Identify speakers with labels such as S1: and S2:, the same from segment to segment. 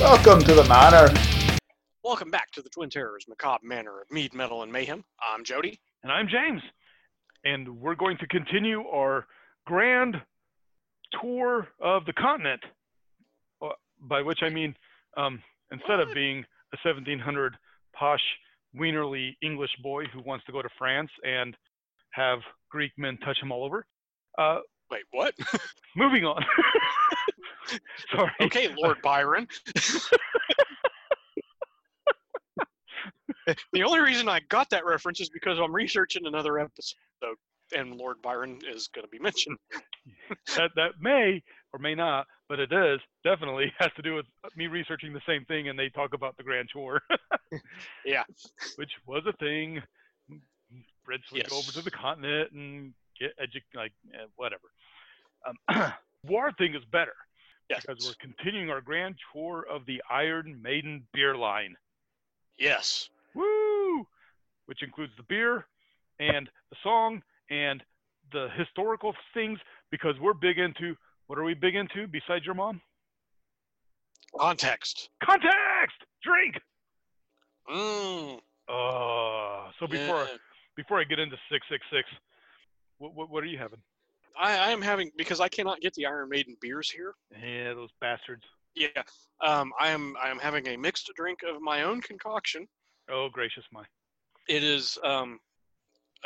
S1: Welcome to the manor.
S2: Welcome back to the Twin Terrors Macabre Manor of Mead, Metal, and Mayhem. I'm Jody.
S3: And I'm James. And we're going to continue our grand tour of the continent, uh, by which I mean, um, instead of
S2: What?
S3: being a 1700 posh, wienerly English boy who wants to go to France and have Greek men touch him all over, uh,
S2: Wait, what?
S3: moving on. Sorry.
S2: Okay, Lord Byron. the only reason I got that reference is because I'm researching another episode, and Lord Byron is going to be mentioned.
S3: that that may or may not, but it is definitely has to do with me researching the same thing, and they talk about the Grand Tour.
S2: Yeah.
S3: Which was a thing. Brits would go over to
S2: Yes.
S3: the continent and get edu- like eh, whatever. Um, war thing is better
S2: Yes.
S3: because we're continuing our Grand Tour of the Iron Maiden beer line.
S2: Yes.
S3: Woo! Which includes the beer and the song and the historical things because we're big into what are we big into besides your mom?
S2: Context.
S3: Context! Drink!
S2: Mm,
S3: Uh, so before
S2: yeah.
S3: before I get into 666, what, what, what are you having?
S2: I, I am having because I cannot get the Iron Maiden beers here.
S3: Yeah, those bastards.
S2: Yeah, um, I am. I am having a mixed drink of my own concoction.
S3: Oh, gracious my.
S2: It is um,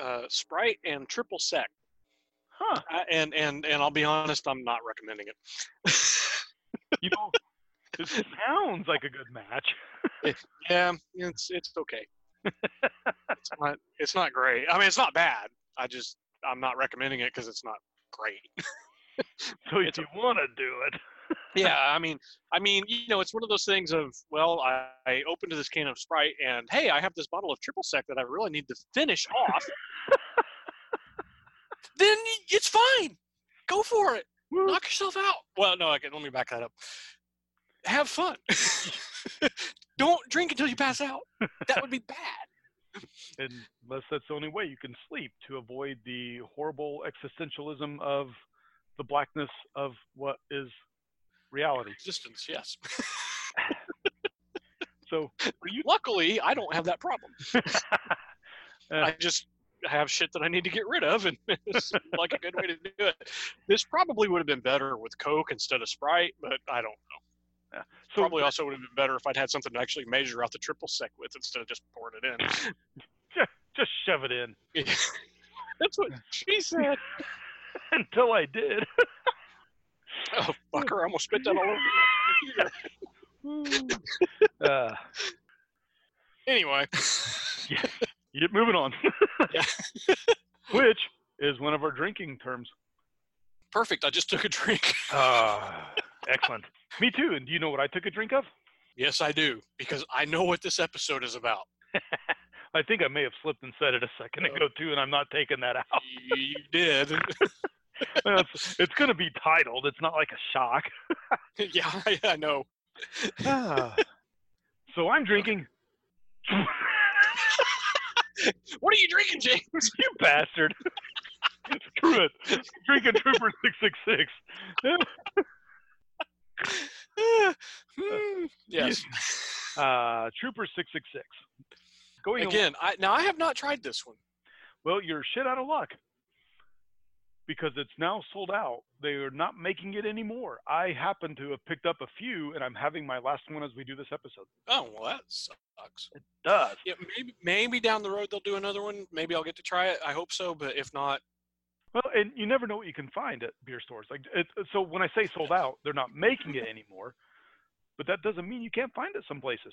S2: uh, Sprite and triple sec.
S3: Huh.
S2: I, and and and I'll be honest, I'm not recommending it.
S3: You know, it sounds like a good match.
S2: yeah, it's it's okay. it's not it's not great. I mean, it's not bad. I just I'm not recommending it because it's not great.
S3: So if
S2: It's a-
S3: you want to do it.
S2: yeah, I mean, I mean, you know, it's one of those things of well, I, I opened this can of Sprite and hey, I have this bottle of triple sec that I really need to finish off. then it's fine. Go for it.
S3: Woo.
S2: Knock yourself out. Well, no, okay, let me back that up. Have fun. Don't drink until you pass out. That would be bad.
S3: Unless that's the only way you can sleep to avoid the horrible existentialism of the blackness of what is reality.
S2: Existence, yes.
S3: So for you,
S2: Luckily, I don't have that problem.
S3: Uh.
S2: I just have shit that I need to get rid of, and it's like a good way to do it. This probably would have been better with Coke instead of Sprite, but I don't know.
S3: so
S2: probably also would have been better if I'd had something to actually measure out the triple sec with instead of just pouring it in.
S3: just shove it in
S2: That's what she said.
S3: until I did.
S2: Oh, fucker, I almost spit that all over. my computer.
S3: uh,
S2: Anyway,
S3: yeah, moving on.
S2: Yeah.
S3: Which is one of our drinking terms.
S2: perfect. I just took a drink.
S3: Uh, excellent. Me too. And do you know what I took a drink of?
S2: Yes, I do, because I know what this episode is about.
S3: I think I may have slipped and said it a second
S2: Oh.
S3: ago too, and I'm not taking that out.
S2: You did.
S3: Well, it's it's going to be titled. It's not like a shock.
S2: yeah, I, I know.
S3: so I'm drinking.
S2: What are you drinking, James?
S3: you bastard. Screw it. I'm drinking Trooper 666. Eh,
S2: Uh, Hmm, yes.
S3: Uh, Trooper 666. Going al-
S2: Again, I, now I have not tried this one.
S3: well, you're shit out of luck because it's now sold out. They are not making it anymore. I happen to have picked up a few, and I'm having my last one as we do this episode.
S2: Oh well, that sucks.
S3: Does
S2: Yeah, maybe maybe down the road they'll do another one. Maybe I'll get to try it. I hope so, but if not,
S3: Well, and you never know what you can find at beer stores. Like, it, uh, so when I say sold out, they're not making it anymore, but that doesn't mean you can't find it some places.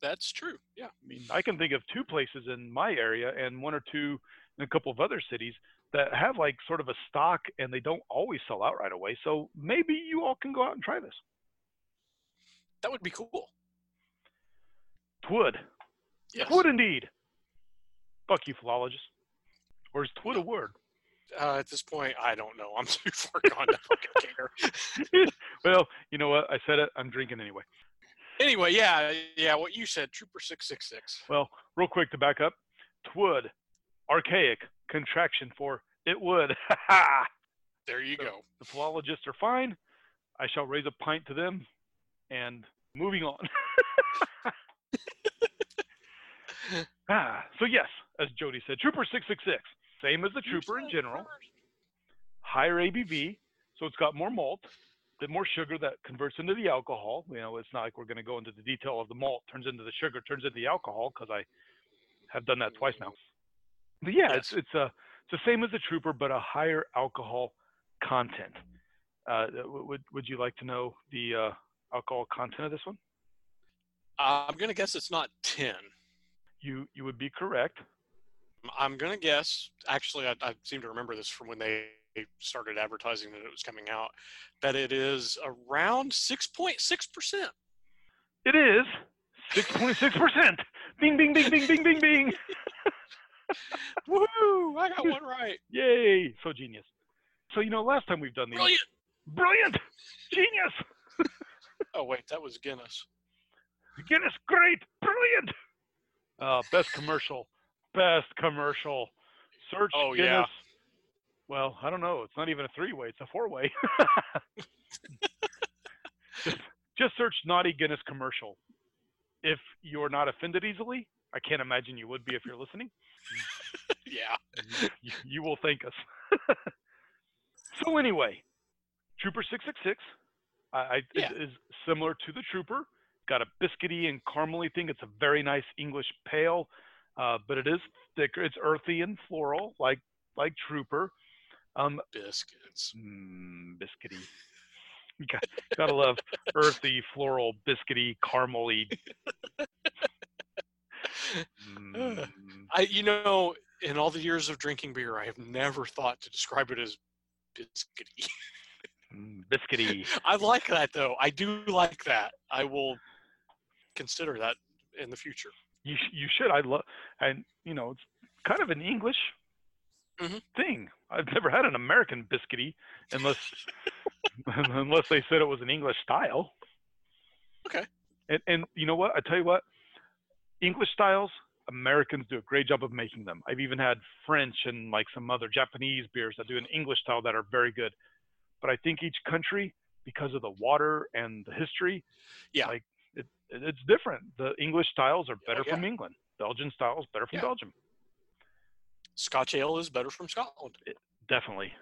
S2: that's true. Yeah.
S3: I mean, I can think of two places in my area and one or two in a couple of other cities that have like sort of a stock, and they don't always sell out right away. So maybe you all can go out and try this.
S2: That would be cool.
S3: Twould,
S2: Yes.
S3: twould indeed. Fuck you, philologist. Or is twould a word?
S2: Uh, at this point, I don't know. I'm too far gone to fucking care.
S3: Well, you know what? I said it. I'm drinking anyway.
S2: Anyway, yeah, yeah. What you said, Trooper Six Six Six.
S3: Well, real quick to back up, twould, archaic contraction for it would. the
S2: There you go.
S3: philologists are fine. I shall raise a pint to them, and Moving on. ah, so yes, as Jody said, Trooper 666, same as the Trooper in general, higher ABV, so it's got more malt, the more sugar that converts into the alcohol. You know, it's not like we're going to go into the detail of the malt turns into the sugar, turns into the alcohol, because I have done that twice now. But yeah, it's
S2: Yes.
S3: it's a it's the same as the Trooper, but a higher alcohol content. Uh, w- would would you like to know the uh, alcohol content of this one?
S2: I'm gonna guess it's not ten.
S3: You you would be correct.
S2: I'm gonna guess. Actually, I, I seem to remember this from when they started advertising that it was coming out. That it is around six point six percent.
S3: It is six point six percent. Bing bing bing bing bing bing bing.
S2: Woohoo! I got one right.
S3: Yay! So genius. So you know, last time we've done these,
S2: Brilliant.
S3: brilliant, genius.
S2: Oh wait, that was Guinness.
S3: Guinness, great, brilliant. Uh, best commercial, best commercial. Search
S2: Oh,
S3: Guinness.
S2: yeah.
S3: Well, I don't know. It's not even a three-way; it's a four-way. just, just search naughty Guinness commercial. If you're not offended easily, I can't imagine you would be if you're listening.
S2: Yeah.
S3: you, you will thank us. so anyway, Trooper six six six, I, I is-
S2: Yeah.
S3: is, similar to the Trooper. Got a biscuity and caramely thing. It's a very nice English pale, uh, but it is thicker. It's earthy and floral, like like Trooper. Um,
S2: Biscuits.
S3: mm, biscuity. Got, gotta love earthy, floral, biscuity, caramely. Mm.
S2: I, you know, in all the years of drinking beer, I have never thought to describe it as biscuity.
S3: Mm, biscuity.
S2: I like that though. I do like that. I will consider that in the future.
S3: You sh- you should. I love and you know it's kind of an English
S2: Mhm.
S3: thing. I've never had an American biscuity unless unless they said it was an English style.
S2: Okay.
S3: And and you know what? I tell you what, English styles. Americans do a great job of making them. I've even had French and like some other Japanese beers that do an English style that are very good. But I think each country, because of the water and the history,
S2: Yeah.
S3: like it, it- it's different. The English styles are better
S2: yeah.
S3: from England. Belgian styles better from
S2: Yeah.
S3: Belgium.
S2: Scotch ale is better from Scotland.
S3: Definitely.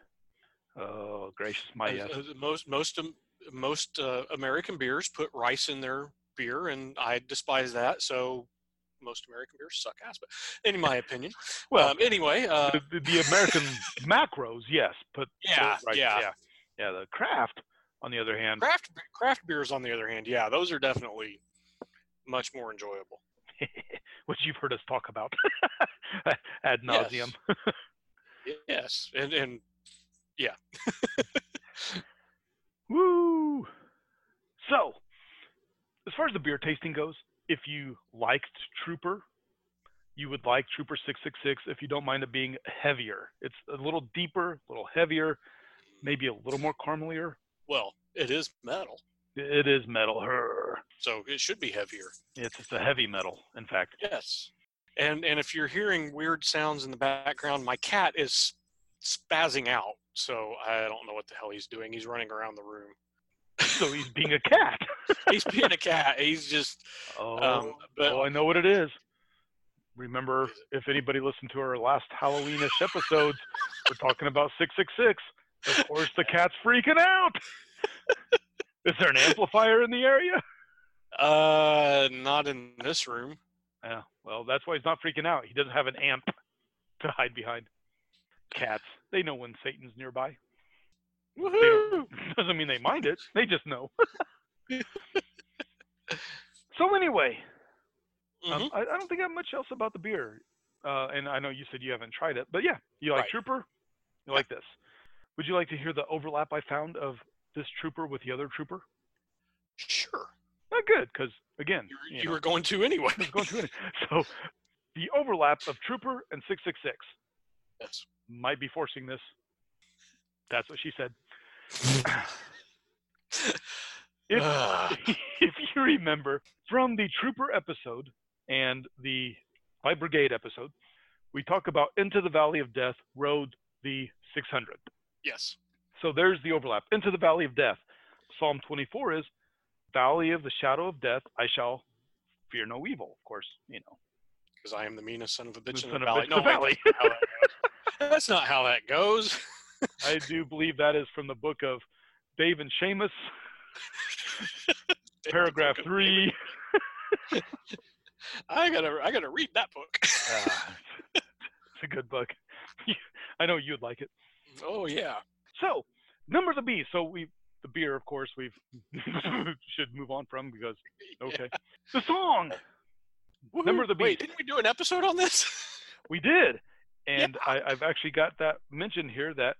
S3: Oh gracious, my
S2: As-
S3: yes.
S2: as most most um, most uh, American beers put rice in their beer, and I despise that. So most American beers suck ass. But in my opinion,
S3: Well,
S2: um, anyway, uh,
S3: the, the- the American macros, yes, but
S2: yeah,
S3: right,
S2: yeah,
S3: yeah, yeah. The craft, on the other hand,
S2: Craft craft beers, on the other hand, yeah, those are definitely much more enjoyable.
S3: which you've heard us talk about ad nauseum.
S2: Yes, and and
S3: Woo! So, as far as the beer tasting goes, if you liked Trooper, you would like Trooper 666 if you don't mind it being heavier. It's a little deeper, a little heavier, maybe a little more caramelier.
S2: well, it is metal,
S3: It is metal. Her.
S2: so it should be heavier.
S3: It's, it's a heavy metal, in fact.
S2: Yes, and and if you're hearing weird sounds in the background, my cat is spazzing out, so I don't know what the hell he's doing. He's running around the room.
S3: So he's being a cat.
S2: he's being a cat. He's just.
S3: Oh,
S2: Um, but
S3: oh, I know what it is. Remember, if anybody listened to our last Halloweenish episodes, we're talking about 666. Of course, the cat's freaking out. Is there an amplifier in the area?
S2: uh, not in this room.
S3: Yeah, well, that's why he's not freaking out. He doesn't have an amp to hide behind. Cats, they know when Satan's nearby. They don't- doesn't mean they mind it. They just know. so anyway,
S2: Mm-hmm.
S3: Um, I, I don't think I have much else about the beer. Uh, and I know you said you haven't tried it, but yeah, you like
S2: Right.
S3: Trooper, you like this. Would you like to hear the overlap I found of this Trooper with the other Trooper?
S2: Sure.
S3: Not good, because again,
S2: You,
S3: you
S2: you
S3: know,
S2: were going to anyway.
S3: I was going through it. So the overlap of Trooper and 666
S2: Yes.
S3: might be forcing this. That's what she said. If-
S2: Ah,
S3: if you remember from the Trooper episode and the By Brigade episode, we talk about Into the Valley of Death, Road the 600.
S2: yes.
S3: So there's the overlap. Into the Valley of Death. Psalm 24 is valley of the shadow of death, I shall fear no evil. Of course, you know.
S2: because I am the meanest son of a
S3: the
S2: bitch in the
S3: son of
S2: valley.
S3: bitch,
S2: No,
S3: the
S2: wait,
S3: valley.
S2: that's not how that goes. that's not how that goes.
S3: I do believe that is from the book of Dave and Seamus, paragraph three.
S2: I gotta, I gotta read that book.
S3: Ah, it's a good book. I know you'd like it.
S2: oh yeah.
S3: So, number of the beast. So we the beer, of course, we've should move on from because okay. The song Number of the
S2: Woohoo. Wait,
S3: Beast.
S2: didn't we do an episode on this?
S3: we did, and I, I've actually got that mentioned here that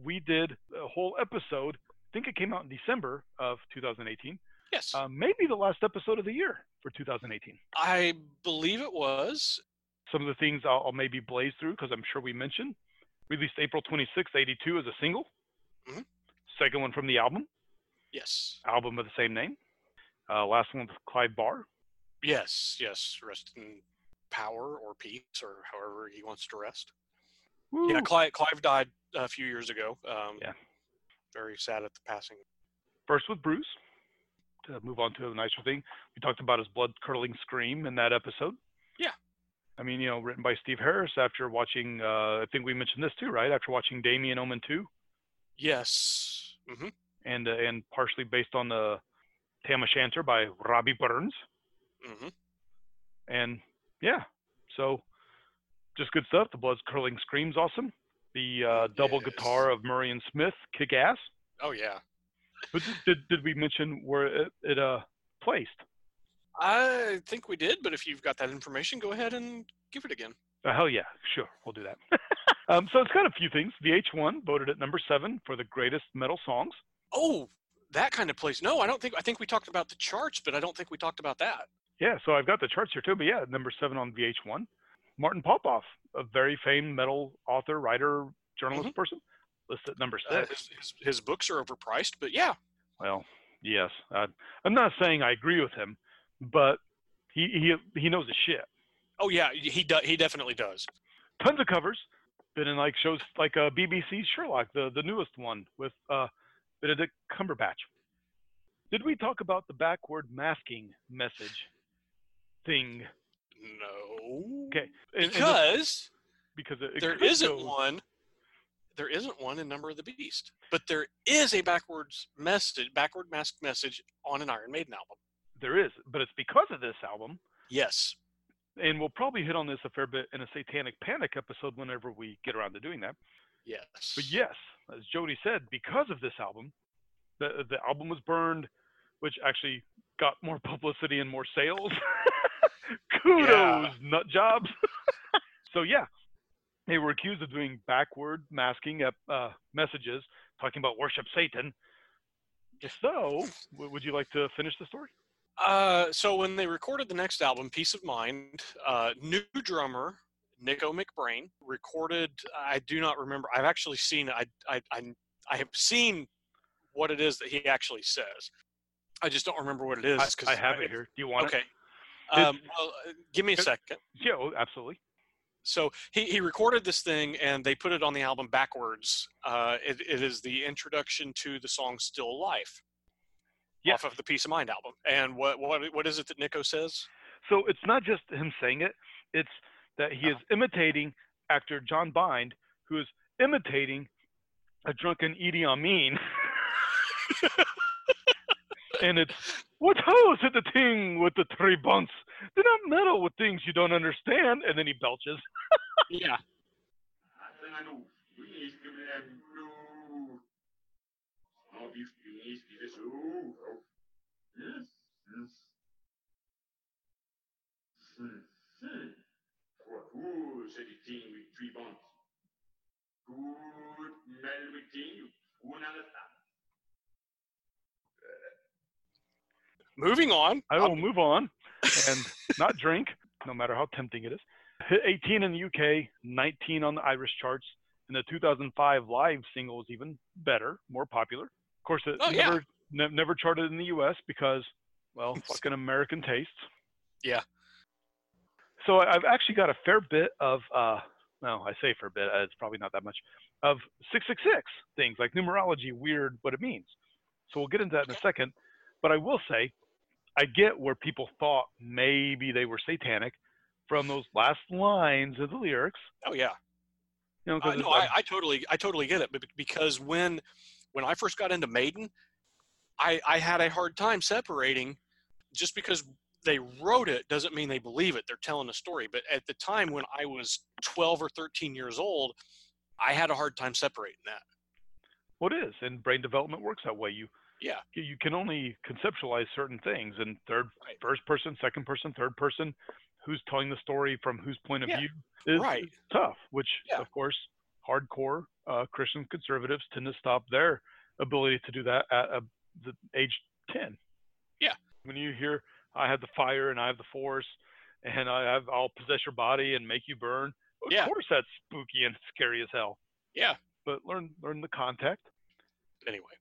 S3: we did a whole episode. I think it came out in December of 2018.
S2: yes.
S3: Uh, maybe the last episode of the year for 2018.
S2: I believe it was.
S3: Some of the things I'll, I'll maybe blaze through because I'm sure we mentioned. Released April 26, 82 as a single.
S2: Mhm.
S3: Second one from the album,
S2: Yes.
S3: album of the same name. Uh, last one with Clive Barr.
S2: Yes. Yes. Rest in power or peace or however he wants to rest. Yeah,
S3: Woo.
S2: Clive, Clive died a few years ago. Um,
S3: Yeah.
S2: Very sad at the passing.
S3: First with Bruce. To move on to a nicer thing, we talked about his blood curdling scream in that episode.
S2: Yeah.
S3: I mean, you know, written by Steve Harris after watching, uh, I think we mentioned this too, right? After watching Damien Omen 2
S2: Yes. hmm
S3: and, uh, and partially based on the Tam O'Shanter by Robbie Burns.
S2: hmm
S3: And yeah, so just good stuff. The blood curdling scream's awesome. The uh, double
S2: Yes.
S3: guitar of Murray and Smith kick ass.
S2: Oh yeah.
S3: But did, did, did we mention where it, it uh, placed?
S2: I think we did, but if you've got that information, go ahead and give it again.
S3: Oh, hell yeah, sure, we'll do that. um, so it's got a few things. VH1 voted at number seven for the greatest metal songs.
S2: Oh, that kind of place. No, I don't think. I think we talked about the charts, but I don't think we talked about that.
S3: Yeah, so I've got the charts here too, but yeah, number seven on VH1. Martin Popoff, a very famed metal author, writer, journalist person, listed at number
S2: Uh,
S3: six.
S2: his, his, his books are overpriced, but yeah,
S3: well, yes, I, I'm not saying I agree with him, but he he he knows his shit.
S2: oh yeah, he do, he definitely does.
S3: Tons of covers. Been in like shows like uh, BBC Sherlock, the the newest one with uh, Benedict Cumberbatch. Did we talk about the backward masking message thing?
S2: No.
S3: Okay, and- and this-
S2: Because
S3: because it, it
S2: there
S3: could
S2: isn't
S3: go-
S2: one. There isn't one in Number of the Beast, but there is a backwards message, backward mask message on an Iron Maiden album.
S3: There is, but it's because of this album,
S2: Yes.
S3: and we'll probably hit on this a fair bit in a Satanic Panic episode whenever we get around to doing that.
S2: Yes.
S3: But yes, as Jody said, because of this album, the the album was burned, which actually got more publicity and more sales. Kudos, nut jobs. so yeah, they were accused of doing backward masking ep- uh, messages, talking about worship Satan. So, w- would you like to finish the story?
S2: Uh, so when they recorded the next album, Peace of Mind, uh, new drummer Nico McBrain recorded. I do not remember. I've actually seen. I I I, I have seen what it is that he actually says. I just don't remember what it is
S3: I,
S2: because
S3: I have it here. Do you want
S2: Okay.
S3: It's-
S2: Um, well, uh, give me a
S3: It-
S2: second.
S3: it? Yeah, oh, absolutely.
S2: So he, he recorded this thing and they put it on the album backwards. Uh, it, it is the introduction to the song "Still Life"
S3: Yeah.
S2: off of the Peace of Mind album. And what what what is it that Nico says?
S3: So it's not just him saying it, it's that he is imitating actor John Bind, who is imitating a drunken Idi Amin. and it's, what hoes at the thing with the three bunts? Do not meddle with things you don't understand. And then he belches.
S2: Yeah.
S1: Atlântico, Ministro, Ministro. Óbvio, Ministro, Ministro. Hum, hum. Hum, hum. What who's editing with three bonds? Good mel with you, one at a time.
S2: Moving on.
S3: I
S2: I'll-
S3: will move on and not drink, no matter how tempting it is. Hit 18 in the UK, 19 on the Irish charts, and the 2005 live single is even better, more popular. Of course, it
S2: Oh, yeah.
S3: never ne- never charted in the US because, well, fucking American tastes.
S2: Yeah.
S3: So I- I've actually got a fair bit of, uh, no, I say fair bit, uh, it's probably not that much, of 666 things like numerology, weird, what it means. So we'll get into that in a second. But I will say, I get where people thought maybe they were satanic from those last lines of the lyrics.
S2: Oh yeah.
S3: You know,
S2: Uh,
S3: 'cause it's
S2: no,
S3: like,
S2: I, I totally, I totally get it. But because when, when I first got into Maiden, I, I had a hard time separating. Just because they wrote it doesn't mean they believe it. They're telling a story. But at the time when I was 12 or 13 years old, I had a hard time separating that.
S3: what is and brain development works that way you
S2: Yeah.
S3: you- you can only conceptualize certain things and third
S2: Right.
S3: first person second person third person who's telling the story from whose point of
S2: Yeah,
S3: view is,
S2: right.
S3: is tough which
S2: Yeah.
S3: of course hardcore uh, christian conservatives tend to stop their ability to do that at uh, the age 10
S2: Yeah.
S3: when you hear i have the fire and i have the force and i have i'll possess your body and make you burn of
S2: Yeah.
S3: course that's spooky and scary as hell
S2: Yeah.
S3: but learn learn the context
S2: Anyway.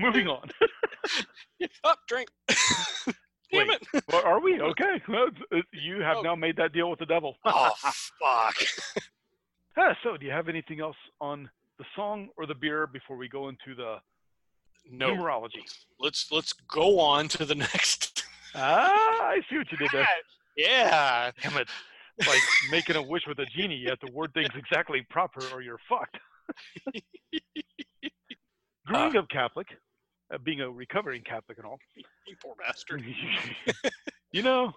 S3: moving on
S2: Up, Oh, drink. Damn
S3: Wait.
S2: it.
S3: Well, are we okay? Well, it's- it- you have now made that deal with the devil.
S2: Oh fuck.
S3: Ah, so, do you have anything else on the song or the beer before we go into the
S2: No.
S3: numerology?
S2: Let's let's go on to the next.
S3: Ah, I see what you did there.
S2: Yeah.
S3: Damn it! It's Like making a wish with a genie, you have to word things exactly proper, or you're fucked. Growing up Catholic, uh, being a recovering Catholic and all,
S2: You poor bastard.
S3: you know,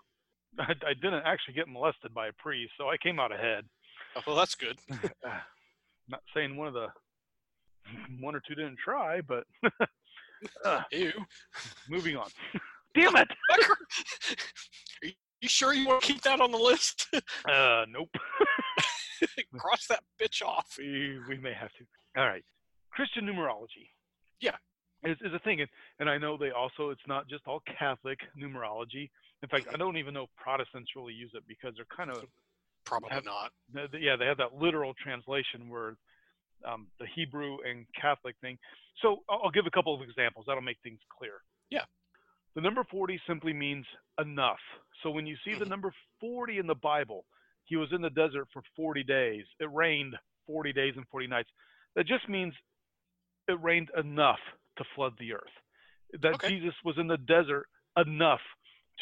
S3: I, I didn't actually get molested by a priest, so I came out ahead.
S2: Oh, well, that's good.
S3: uh, not saying one of the one or two didn't try, but
S2: Ew.
S3: moving on. Damn it!
S2: Fucker. Are you sure you want to keep that on the list?
S3: Uh, nope.
S2: Cross that bitch off.
S3: We, we may have to. All right. Christian numerology.
S2: Yeah.
S3: Is, is a thing. And, and I know they also, it's not just all Catholic numerology. In fact, I don't even know if Protestants really use it because they're kind of
S2: Probably
S3: Have-
S2: not.
S3: No, th- yeah, they have that literal translation where um, the Hebrew and Catholic thing. So I'll, I'll give a couple of examples. That'll make things clear.
S2: Yeah.
S3: The number 40 simply means enough. So when you see the
S2: Mhm.
S3: number 40 in the Bible, he was in the desert for 40 days. It rained 40 days and 40 nights. That just means it rained enough to flood the earth. That
S2: Okay.
S3: Jesus was in the desert enough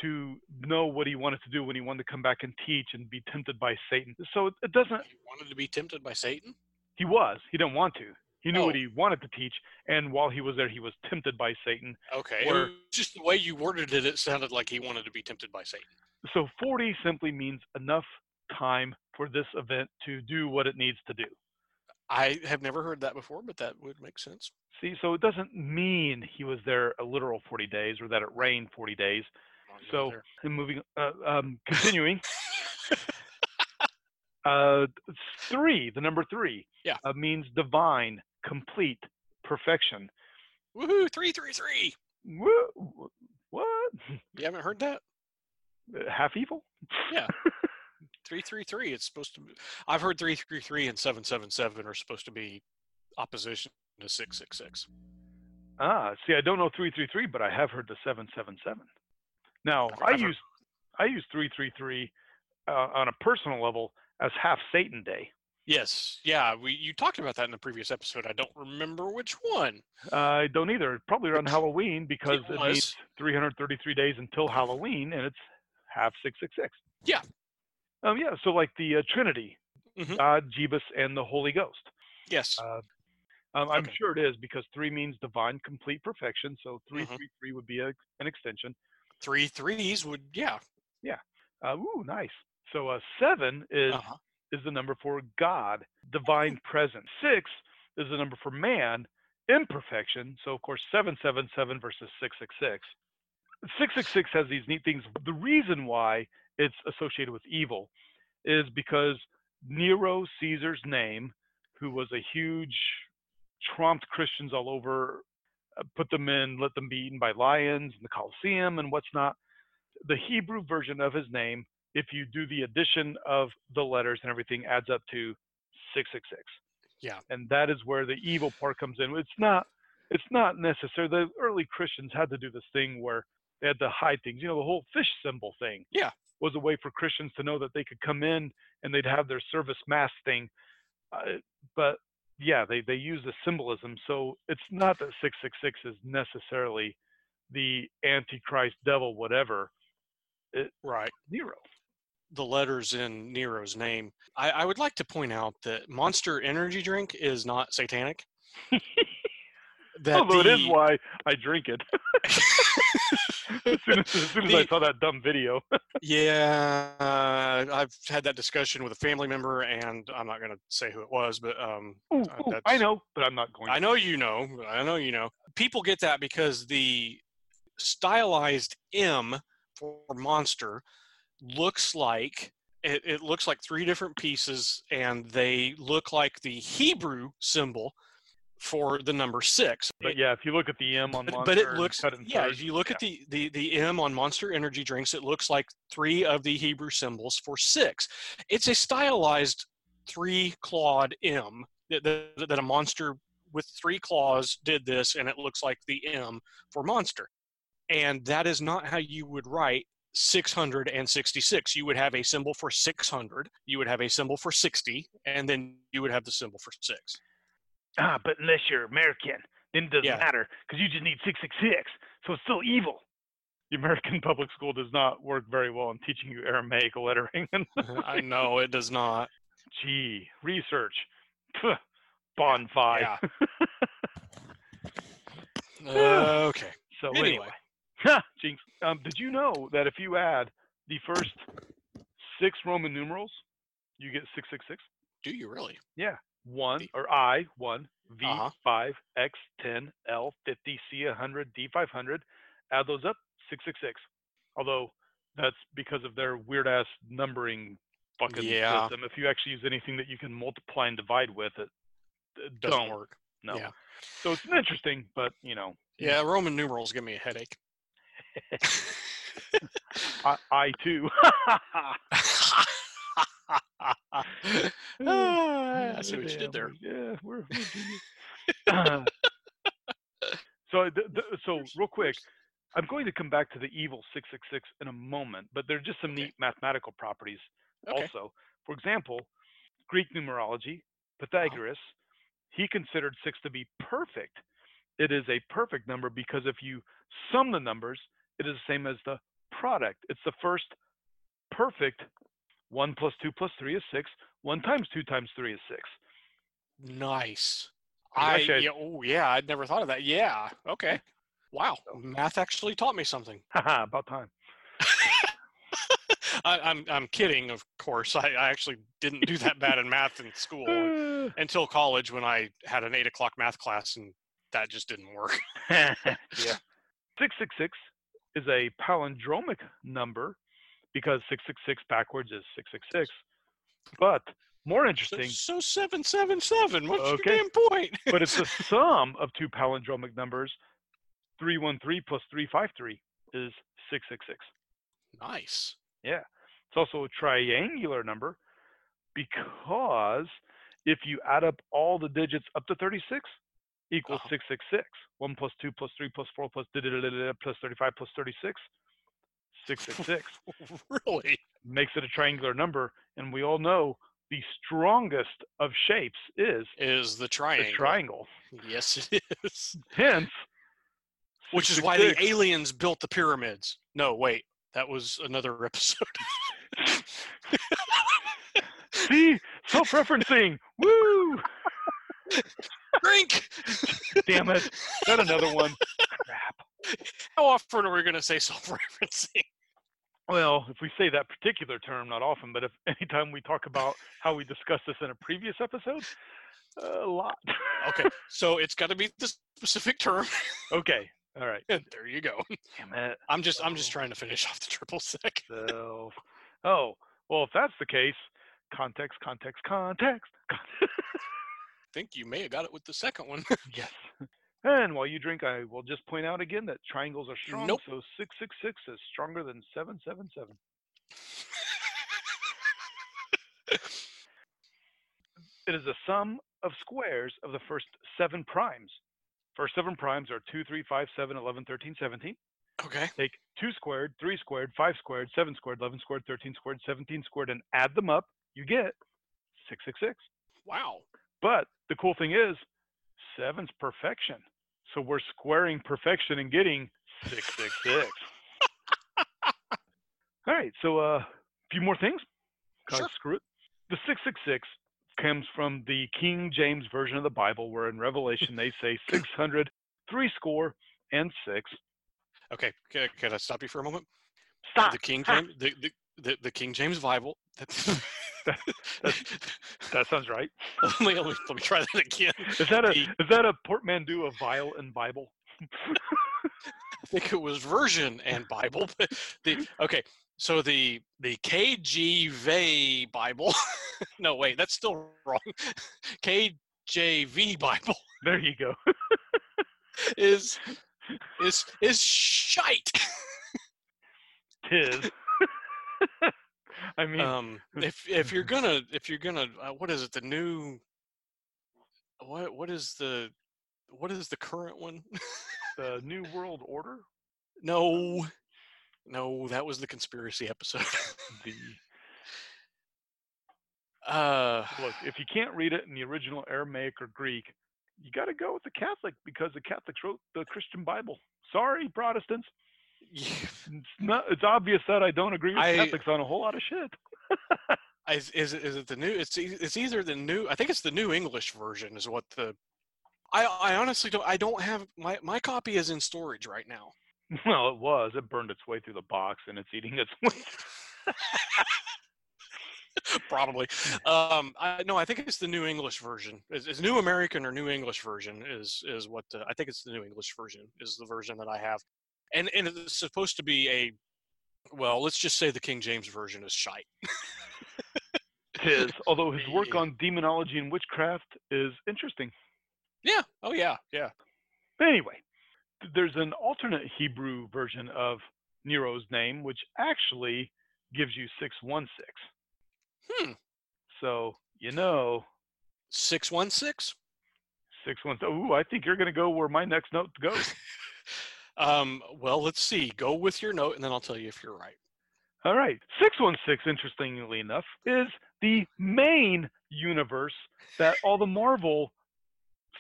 S3: to know what he wanted to do when he wanted to come back and teach and be tempted by Satan. So it, it doesn't,
S2: You wanted to be tempted by Satan?
S3: he was, he didn't want to. He knew what
S2: Oh.
S3: he wanted to teach. And while he was there, he was tempted by Satan.
S2: Okay.
S3: Or-
S2: Or just the way you worded it, it sounded like he wanted to be tempted by Satan.
S3: So 40 simply means enough time for this event to do what it needs to do.
S2: I have never heard that before, but that would make sense.
S3: See, so it doesn't mean he was there a literal 40 days or that it rained 40 days.
S2: I don't know
S3: So,
S2: there.
S3: and moving, uh, um, continuing. uh, three, the number three.
S2: Yeah.
S3: Uh, means divine, complete, perfection.
S2: Woohoo, 333.
S3: Wha- What?
S2: You haven't heard that?
S3: Half evil?
S2: 333. It's supposed to be. I've heard 333 and 777 are supposed to be opposition to 666.
S3: Ah, see, I don't know 333, but I have heard the 777. Now,
S2: I've
S3: I
S2: never-
S3: use I use 333 uh, on a personal level as half Satan day.
S2: Yes. Yeah. We You talked about that in the previous episode. I don't remember which one.
S3: I don't either. Probably around Halloween because it,
S2: was.
S3: means 333 days until Halloween, and it's half 666.
S2: Yeah.
S3: Um. Yeah. So like the uh, Trinity,
S2: Mhm.
S3: God, Jebus, and the Holy Ghost.
S2: Yes.
S3: Uh, um, I'm
S2: Okay.
S3: sure it is because three means divine complete perfection. So three
S2: Mhm.
S3: three three would be a, an extension.
S2: Three threes would, yeah.
S3: Uh, ooh, nice. So uh, seven is
S2: Uh-huh.
S3: is the number for God, divine presence. Six is the number for man, imperfection. So, of course, 777 versus 666. 666 has these neat things. The reason why it's associated with evil is because Nero Caesar's name, who was a huge, tromped Christians all over, uh, put them in, let them be eaten by lions in the Colosseum and what's not. The Hebrew version of his name if you do the addition of the letters and everything adds up to 666
S2: Yeah.
S3: and that is where the evil part comes in it's not it's not necessary the early christians had to do this thing where they had to hide things you know the whole fish symbol thing
S2: Yeah.
S3: was a way for christians to know that they could come in and they'd have their service mass thing uh, but yeah they they use the symbolism so it's not that 666 is necessarily the Antichrist, devil, whatever,
S2: Right.
S3: Nero.
S2: The letters in Nero's name. I, I would like to point out that Monster Energy Drink is not satanic. that
S3: Although Oh, it is
S2: the-
S3: why I drink it. as soon as, as, soon as I
S2: The-
S3: saw that dumb video,
S2: Yeah, uh, I've had that discussion with a family member, and I'm not going to say who it was, but um, Uh,
S3: Ooh, ooh, I
S2: that's-
S3: know, but I'm not going.
S2: I
S3: to.
S2: know you know. I know you know. People get that because the stylized M for monster looks like it, it looks like three different pieces, and they look like the Hebrew symbol for the number six.
S3: But yeah, if you look at the M on
S2: But,
S3: Monster,
S2: but it
S3: and
S2: looks,
S3: cut and
S2: yeah.
S3: serve,
S2: If you look at the, the the M on Monster Energy drinks, it looks like three of the Hebrew symbols for six. It's a stylized three clawed M that, that, that a monster with three claws did this, and it looks like the M for monster. And that is not how you would write 666. You would have a symbol for 600, you would have a symbol for 60, and then you would have the symbol for six.
S3: ah, but unless you're American, then it doesn't
S2: Yeah.
S3: matter because you just need six six six, so it's still evil. The American public school does not work very well in teaching you Aramaic lettering.
S2: I know it does not.
S3: Gee, research, Pfft, bon five.
S2: Yeah. Uh, okay.
S3: So
S2: Anyway.
S3: anyway, Ha, jinx. Um, did you know that if you add the first six Roman numerals, you get six six six?
S2: Do you really?
S3: one
S2: The-
S3: or I one V
S2: Uh-huh.
S3: five X ten L fifty C hundred D five hundred. Add those up, six six six. Although that's because of their weird ass numbering fucking
S2: Yeah.
S3: system. If you actually use anything that you can multiply and divide with, it, it
S2: Doesn't
S3: don't
S2: work.
S3: No.
S2: yeah.
S3: So it's interesting, but you know,
S2: Yeah, Roman numerals give me a headache.
S3: I, I too.
S2: Ah, I see what you did there.
S3: Yeah, we're, we're genius. so, th- th- so real quick, I'm going to come back to the evil 666 in a moment, but there are just some
S2: Okay.
S3: neat mathematical properties
S2: Okay.
S3: also. For example, Greek numerology,
S2: Uh-huh.
S3: Pythagoras, he considered 6 to be perfect. It is a perfect number because if you sum the numbers, it is the same as the product. It's the first perfect 1 plus 2 plus 3 is 6. 1 times 2 times 3 is 6.
S2: Nice. I,
S3: Actually, I-
S2: yeah, oh yeah, I'd never thought of that. Yeah. Okay. Wow. Math actually taught me something.
S3: Haha, about time.
S2: I, I'm I'm kidding, of course. I, I actually didn't do that bad in math in school until college when I had an eight o'clock math class and that just didn't work.
S3: yeah. 666 is a palindromic number because 666 backwards is 666. But more
S2: So,
S3: interesting,
S2: so seven seven seven. What's
S3: Okay.
S2: your damn point?
S3: but it's the sum of two palindromic numbers 313 plus 353 is 666.
S2: nice.
S3: It's also a triangular number because if you add up all the digits up to 36 equals
S2: Uh-huh.
S3: 666. 1 plus 2 plus 3 plus 4 plus da- da- da- da- da- plus 35 plus 36. 666
S2: really?
S3: makes it a triangular number. And we all know the strongest of shapes is
S2: Is the
S3: the
S2: triangle.
S3: triangle.
S2: Yes, it is.
S3: Hence,
S2: Which is why the
S3: 666
S2: aliens built the pyramids. No, wait. That was another episode.
S3: See, self referencing. Woo!
S2: Drink!
S3: Damn it. Got another one. Crap.
S2: How often are we going to say self referencing?
S3: Well, if we say that particular term, not often, but if anytime we talk about how we discussed this in a previous episode, a lot.
S2: Okay, so it's got to be the specific term.
S3: okay. All right.
S2: there you go.
S3: Damn it.
S2: I'm just I'm just
S3: Oh.
S2: trying to finish off the triple sec.
S3: So, oh, well, if that's the case, context, context, context. context.
S2: I think you may have got it with the second one.
S3: yes. And while you drink, I will just point out again that triangles are strong.
S2: Nope.
S3: So 666 is stronger than 777. It is a sum of squares of the first seven primes. First seven primes are 2, 3, 5, 7, 11, 13, 17.
S2: okay.
S3: Take 2 squared, 3 squared, 5 squared, 7 squared, 11 squared, 13 squared, 17 squared, and add them up, you get 666.
S2: Wow.
S3: But the cool thing is, seven's perfection. So we're squaring perfection and getting Six six six. All right, so uh, a few more things. Kind
S2: Sure.
S3: of screw it. The six six six comes from the King James version of the Bible, where in Revelation they say six hundred, three score, and six.
S2: Okay, can, I- can I stop you for a moment?
S3: Stop.
S2: The King
S3: Ha!
S2: James, the, the, the, the King James Bible.
S3: That sounds right.
S2: let, me, let me let me try that again.
S3: Is that a
S2: The-
S3: is that a portmanteau of vile and Bible?
S2: I think it was version and Bible. But the okay, so the the KGV Bible. no, wait, that's still wrong. KJV Bible
S3: There you go.
S2: is is is shite.
S3: Tis. I mean,
S2: Um, if if you're gonna if you're gonna uh, what is it the new what what is the what is the current one?
S3: the New World Order.
S2: no, no, that was the conspiracy episode.
S3: The
S2: uh,
S3: look, if you can't read it in the original Aramaic or Greek, you got to go with the Catholic because the Catholics wrote the Christian Bible. Sorry, Protestants.
S2: yeah.
S3: It's, not, it's obvious that I don't agree with
S2: I-
S3: Catholics on a whole lot of shit.
S2: Is, is it- is it the new? It's e- it's either the new. I think it's the new English version is what the. I I honestly don't. I don't have my my copy is in storage right now.
S3: Well, it was. It burned its way through the box and it's eating its way.
S2: Probably. Um. I no. I think it's the new English version. Is, is new American or new English version is is what the, I think it's the new English version is the version that I have, and and it's supposed to be a. Well, let's just say the King James version is shite.
S3: Tis. Although his work
S2: Yeah.
S3: on demonology and witchcraft is interesting.
S2: Yeah. Oh yeah. Yeah.
S3: But anyway, th- there's an alternate Hebrew version of Nero's name, which actually gives you 616.
S2: Hmm.
S3: So, you know,
S2: Six one six.
S3: six one. Ooh, I think you're going to go where my next note goes.
S2: Um. Well, let's see. Go with your note, and then I'll tell you if you're right.
S3: All right, six one six. Interestingly enough, is the main universe that all the Marvel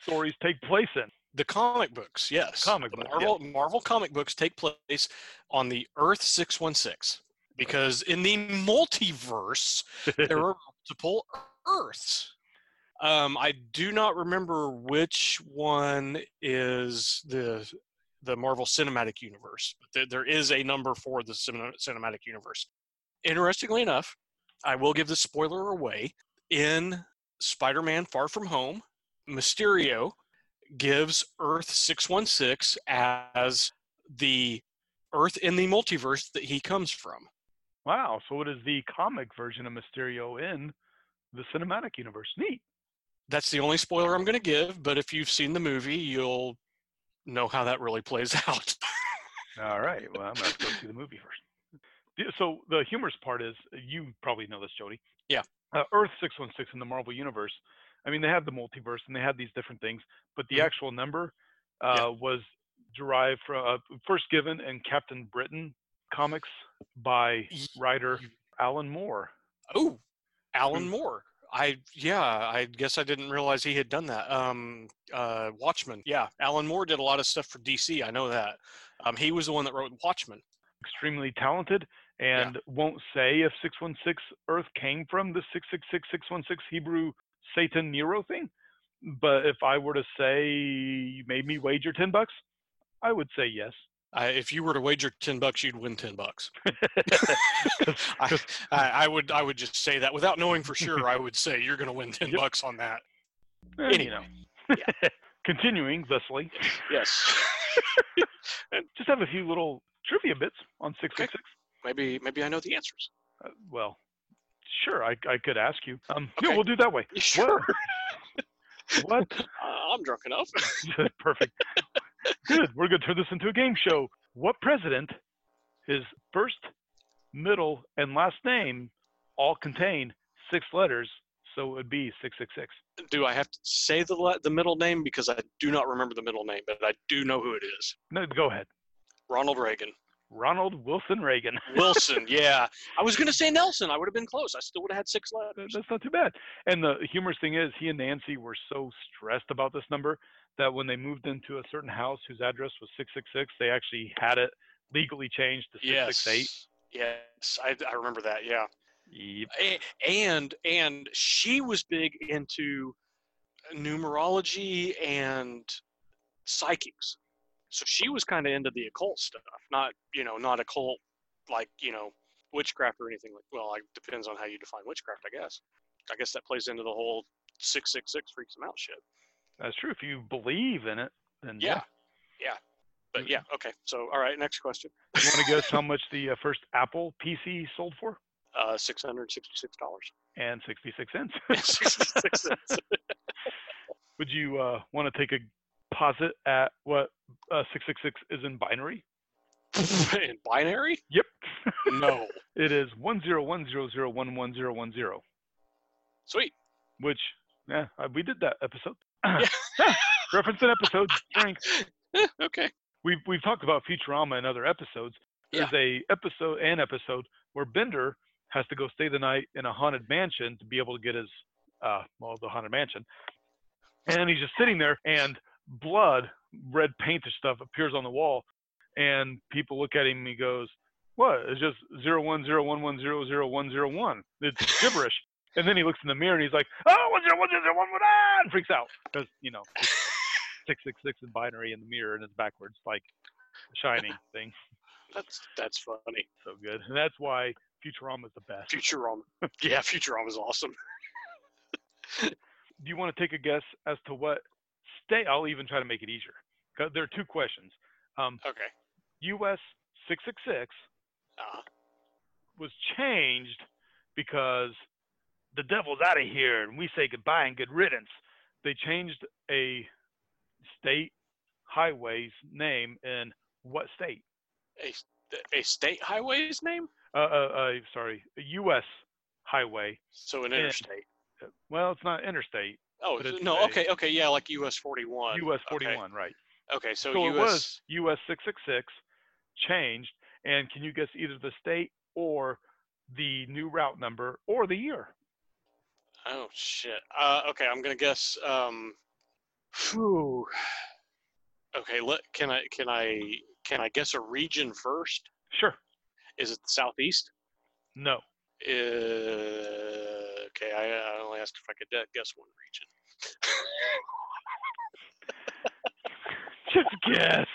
S3: stories take place in.
S2: The comic books, yes.
S3: Comic
S2: the
S3: book,
S2: Marvel, Marvel comic books take place on the Earth 616 because in the multiverse, there are multiple Earths. Um, I do not remember which one is the the Marvel Cinematic Universe, but there, there is a number for the cinem- Cinematic Universe. Interestingly enough, I will give the spoiler away. In Spider-Man: Far From Home, Mysterio gives Earth 616 as the Earth in the multiverse that he comes from.
S3: Wow. So it is the comic version of Mysterio in the cinematic universe. Neat.
S2: That's the only spoiler I'm going to give, but if you've seen the movie, you'll know how that really plays out.
S3: All right. Well, I'm going to go see the movie first. The- So the humorous part is you probably know this, Jody.
S2: Yeah.
S3: Uh, Earth 616 in the Marvel Universe. I mean, they have the multiverse and they have these different things, but the
S2: Mhm.
S3: actual number uh,
S2: Yeah.
S3: was derived from uh, first given in Captain Britain comics by
S2: Y-
S3: writer Alan Moore.
S2: Oh, Alan
S3: Hmm.
S2: Moore. I yeah, I guess I didn't realize he had done that. Um, uh, Watchmen. Yeah, Alan Moore did a lot of stuff for DC. I know that. Um, he was the one that wrote Watchmen.
S3: extremely talented and won't say if 616 Earth came from the 666 616 Hebrew Satan Nero thing. But if I were to say you made me wager 10 bucks, I would say yes.
S2: I, if you were to wager ten bucks, you'd win ten bucks. I, I, I would I would just say that without knowing for sure. I would say you're going to win ten
S3: Yep.
S2: bucks on that.
S3: And, you know. Continuing, thusly,
S2: Yes.
S3: just have a few little trivia bits on 666.
S2: Maybe maybe I know the answers.
S3: Uh, well, sure, I, I could ask you. Um,
S2: Okay.
S3: Yeah, we'll do it that way.
S2: Sure.
S3: What, what
S2: Uh, I'm drunk enough.
S3: Perfect. Good. We're going to turn this into a game show. What president, his first, middle, and last name all contain six letters, so it would be 666.
S2: do I have to say the la- the middle name because I do not remember the middle name, but I do know who it is.
S3: No, go ahead.
S2: Ronald Reagan.
S3: Ronald Wilson Reagan.
S2: Wilson, yeah. I was going to say Nelson. I would have been close. I still would have had six
S3: That-
S2: letters.
S3: That's not too bad. And the humorous thing is, he and Nancy were so stressed about this number that when they moved into a certain house whose address was 666, they actually had it legally changed to
S2: Yes.
S3: 668.
S2: Yes, I, I remember that. Yeah.
S3: Yep.
S2: A- and and she was big into numerology and psychics so she was kind of into the occult stuff not you know not occult like you know witchcraft or anything like well like depends on how you define witchcraft i guess i guess that plays into the whole 666 freaks them out shit
S3: That's true. If you believe in it, then
S2: yeah yeah but yeah okay so all right next question
S3: You want to guess how much the uh, first Apple PC sold for?
S2: uh 666 dollars
S3: And 66 cents.
S2: 66 cents
S3: Would you uh, want to take a posit at what uh, 666 is in binary?
S2: in binary
S3: Yep.
S2: no
S3: It is 10100110010.
S2: sweet
S3: which yeah, I- we did that episode. Reference an episode. Drink.
S2: Eh, okay
S3: We've we've talked about Futurama in other episodes. There's a episode an episode where Bender has to go stay the night in a haunted mansion to be able to get his uh well the haunted mansion, and he's just sitting there and blood, red paint and stuff appears on the wall, and people look at him and he goes, "What? It's just zero one zero one one zero zero one zero one. It's gibberish." And then he looks in the mirror and he's like, oh, one zero one zero zero one one ah, and freaks out because you know it's six six six in binary in the mirror and it's backwards like the Shining thing.
S2: That's that's funny.
S3: So good, and that's why Futurama is the best.
S2: Futurama. Yeah, Futurama's awesome.
S3: Do you want to take a guess as to what state? I'll even try to make it easier. 'Cause There are two questions. Um,
S2: Okay.
S3: U.S. six six six
S2: Uh,
S3: was changed because the devil's out of here and we say goodbye and good riddance. They changed a state highway's name in what state?
S2: a, a state highway's name?
S3: Uh, uh, uh, sorry, a U.S. highway.
S2: So an
S3: Yeah.
S2: interstate.
S3: Uh, Well, it's not interstate.
S2: Oh
S3: But it's
S2: no.
S3: a-
S2: okay. Okay. Yeah, like US forty one.
S3: U.S.
S2: Okay,
S3: 41, right?
S2: okay, so,
S3: So,
S2: US.
S3: it was U.S. 666 changed, and can you guess either the state or the new route number or the year?
S2: Oh shit. Uh, okay, I'm gonna guess. Um, phew. Okay. Let can I can I can I guess a region first?
S3: Sure.
S2: Is it the southeast?
S3: No.
S2: Uh, okay. I, I only asked if I could de- guess one region.
S3: Just guess.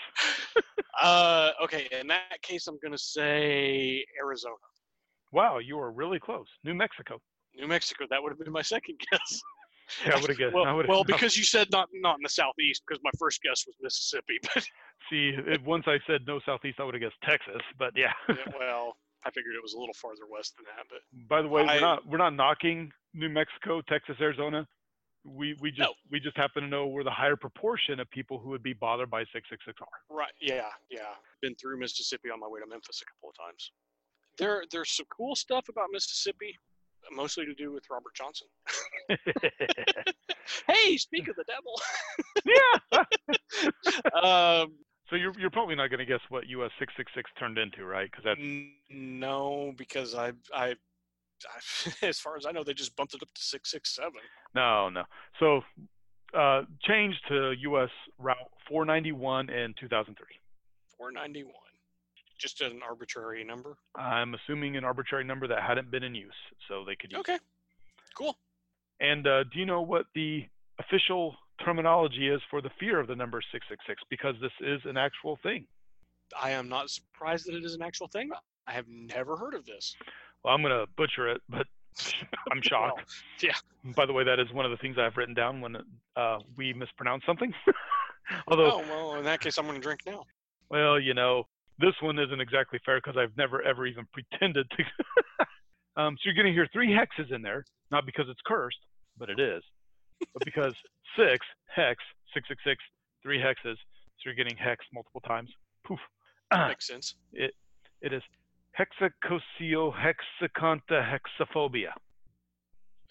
S2: Uh, okay. In that case, I'm gonna say Arizona.
S3: Wow, you were really close. New Mexico.
S2: New Mexico. That would have been my second guess.
S3: Yeah, I would have guessed. I
S2: well,
S3: would've-
S2: well, because you said not not in the southeast, because my first guess was Mississippi. But
S3: see, if, once I said no southeast, I would have guessed Texas. But yeah.
S2: uh, well, I figured it was a little farther west than that. But
S3: By the way,
S2: I-
S3: we're not we're not knocking New Mexico, Texas, Arizona. We we just
S2: No.
S3: we just happen to know where the higher proportion of people who would be bothered by 666 are.
S2: right, yeah, yeah. Been through Mississippi on my way to Memphis a couple of times. There, there's some cool stuff about Mississippi, mostly to do with Robert Johnson. hey, speak of the devil.
S3: yeah.
S2: um,
S3: So you're you're probably not going to guess what US 666 turned into, right? Because that's
S2: N- no, because I, I, I, as far as I know, they just bumped it up to six six seven.
S3: no, no. So uh changed to US route 491 in 2003.
S2: Four ninety one. Just an arbitrary number.
S3: I'm assuming an arbitrary number that hadn't been in use, so they could use.
S2: Okay. Cool.
S3: And uh, do you know what the official terminology is for the fear of the number 666? Because this is an actual thing.
S2: I am not surprised that it is an actual thing. I have never heard of this.
S3: Well, I'm going to butcher it, but I'm shocked.
S2: yeah.
S3: By the way, that is one of the things I've written down when uh, we mispronounce something.
S2: Oh
S3: Although,
S2: well, in that case, I'm going to drink now.
S3: well, you know, this one isn't exactly fair because I've never ever even pretended to. um, so you're going to hear three hexes in there, not because it's cursed, but it is, but because six hex six six six three hexes. So you're getting hex multiple times. Poof.
S2: Makes sense.
S3: It is hexacosio hexaconta hexaphobia.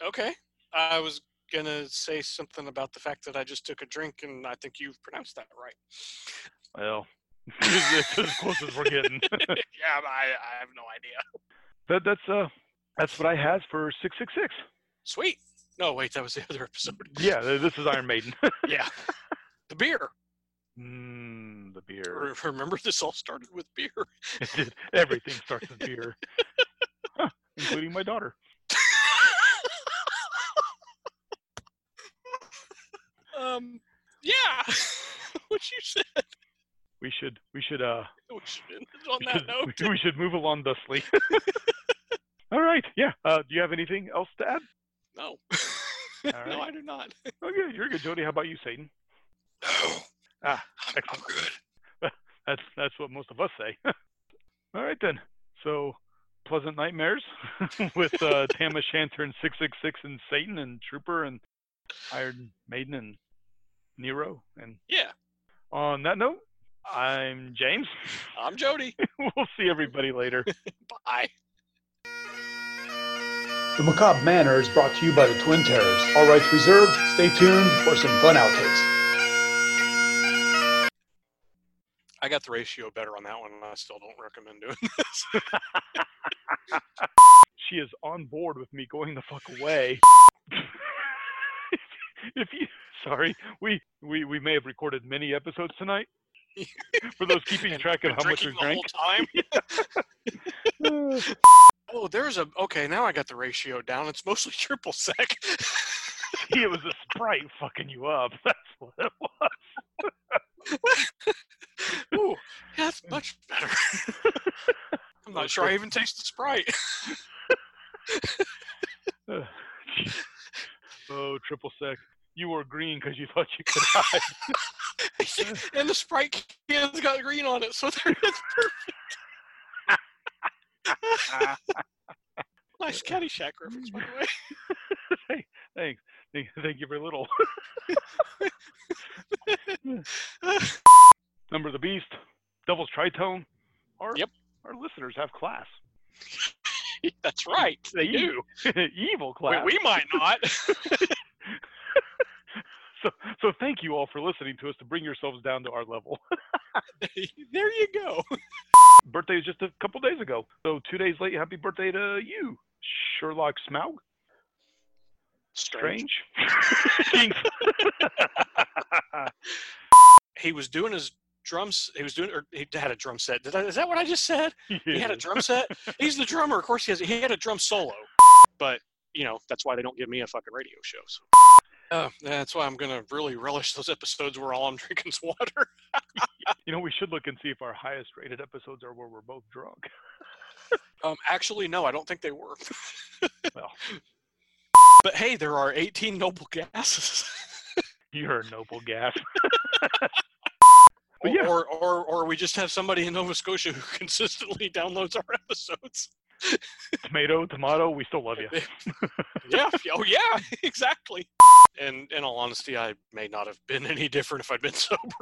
S2: Okay. I was going to say something about the fact that I just took a drink, and I think you've pronounced that right.
S3: Well, it's as close as we're getting.
S2: yeah, I, I have no idea.
S3: That, that's uh, that's what I has for six six six.
S2: Sweet. No, wait, that was the other episode.
S3: Yeah, th- this is Iron Maiden.
S2: yeah. The beer.
S3: mm, the
S2: Re-
S3: beer.
S2: Remember, this all started with beer.
S3: It did- Everything starts with beer, Huh, including my daughter.
S2: Um, yeah. what you said.
S3: We should we should uh
S2: We should end it on
S3: we
S2: that
S3: should,
S2: note.
S3: we should move along thusly. All right. Yeah. Uh, do you have anything else to add?
S2: No.
S3: All
S2: No,
S3: right.
S2: I do not.
S3: Okay, you're good, Jody. How about you, Satan?
S2: No.
S3: Ah,
S2: I'm, I'm
S3: excellent.
S2: good.
S3: That's that's what most of us say. All right then. So pleasant nightmares with uh, Tam O'Shanter and Six Six Six and Satan and Trooper and Iron Maiden and Nero. And
S2: Yeah.
S3: on that note, I'm James.
S2: I'm Jody.
S3: we'll see everybody later.
S2: Bye.
S4: The Macabre Manor is brought to you by the Twin Terrors. All rights reserved. Stay tuned for some fun outtakes.
S2: I got the ratio better on that one, and I still don't recommend doing this.
S3: she is on board with me going the fuck away. if you sorry, we, we we may have recorded many episodes tonight. For those keeping
S2: And
S3: track of
S2: been
S3: how much we
S2: drinking the
S3: drank.
S2: whole time. Oh, there's a okay. Now I got the ratio down. It's mostly triple sec.
S3: it was a sprite fucking you up. That's what it was.
S2: Ooh, yeah, that's much better. I'm not sure I even tasted Sprite.
S3: oh, triple sec. You were green because you thought you could hide.
S2: and the Sprite can's got green on it, so there it's perfect. nice Caddyshack reference, by the way.
S3: Thanks. Thank, thank you very little. Number of the Beast, Devil's Tritone. Our,
S2: Yep.
S3: Our listeners have class.
S2: that's right. They do.
S3: Evil
S2: We,
S3: class.
S2: we might not.
S3: So, so thank you all for listening to us to bring yourselves down to our level.
S2: there you go.
S3: birthday was just a couple days ago. So two days late, happy birthday to you, Sherlock Smaug. Strange. Jinx.
S2: He was doing his drums. He was doing. Or he had a drum set. Did I, is that what I just said? He had a
S3: Yes.
S2: drum set. He's the drummer, of course. He has. He had a drum solo, but you know that's why they don't give me a fucking radio show. So. Uh, that's why I'm gonna really relish those episodes where all I'm drinking is water.
S3: You know, we should look and see if our highest rated episodes are where we're both drunk.
S2: Um, actually, no, I don't think they were.
S3: Well.
S2: But hey, there are 18 noble gases.
S3: You're a noble gas.
S2: or,
S3: But yeah.
S2: or, or or we just have somebody in Nova Scotia who consistently downloads our episodes.
S3: Tomato, tomato, we still love you.
S2: yeah. Oh yeah. Exactly. And in all honesty, I may not have been any different if I'd been sober.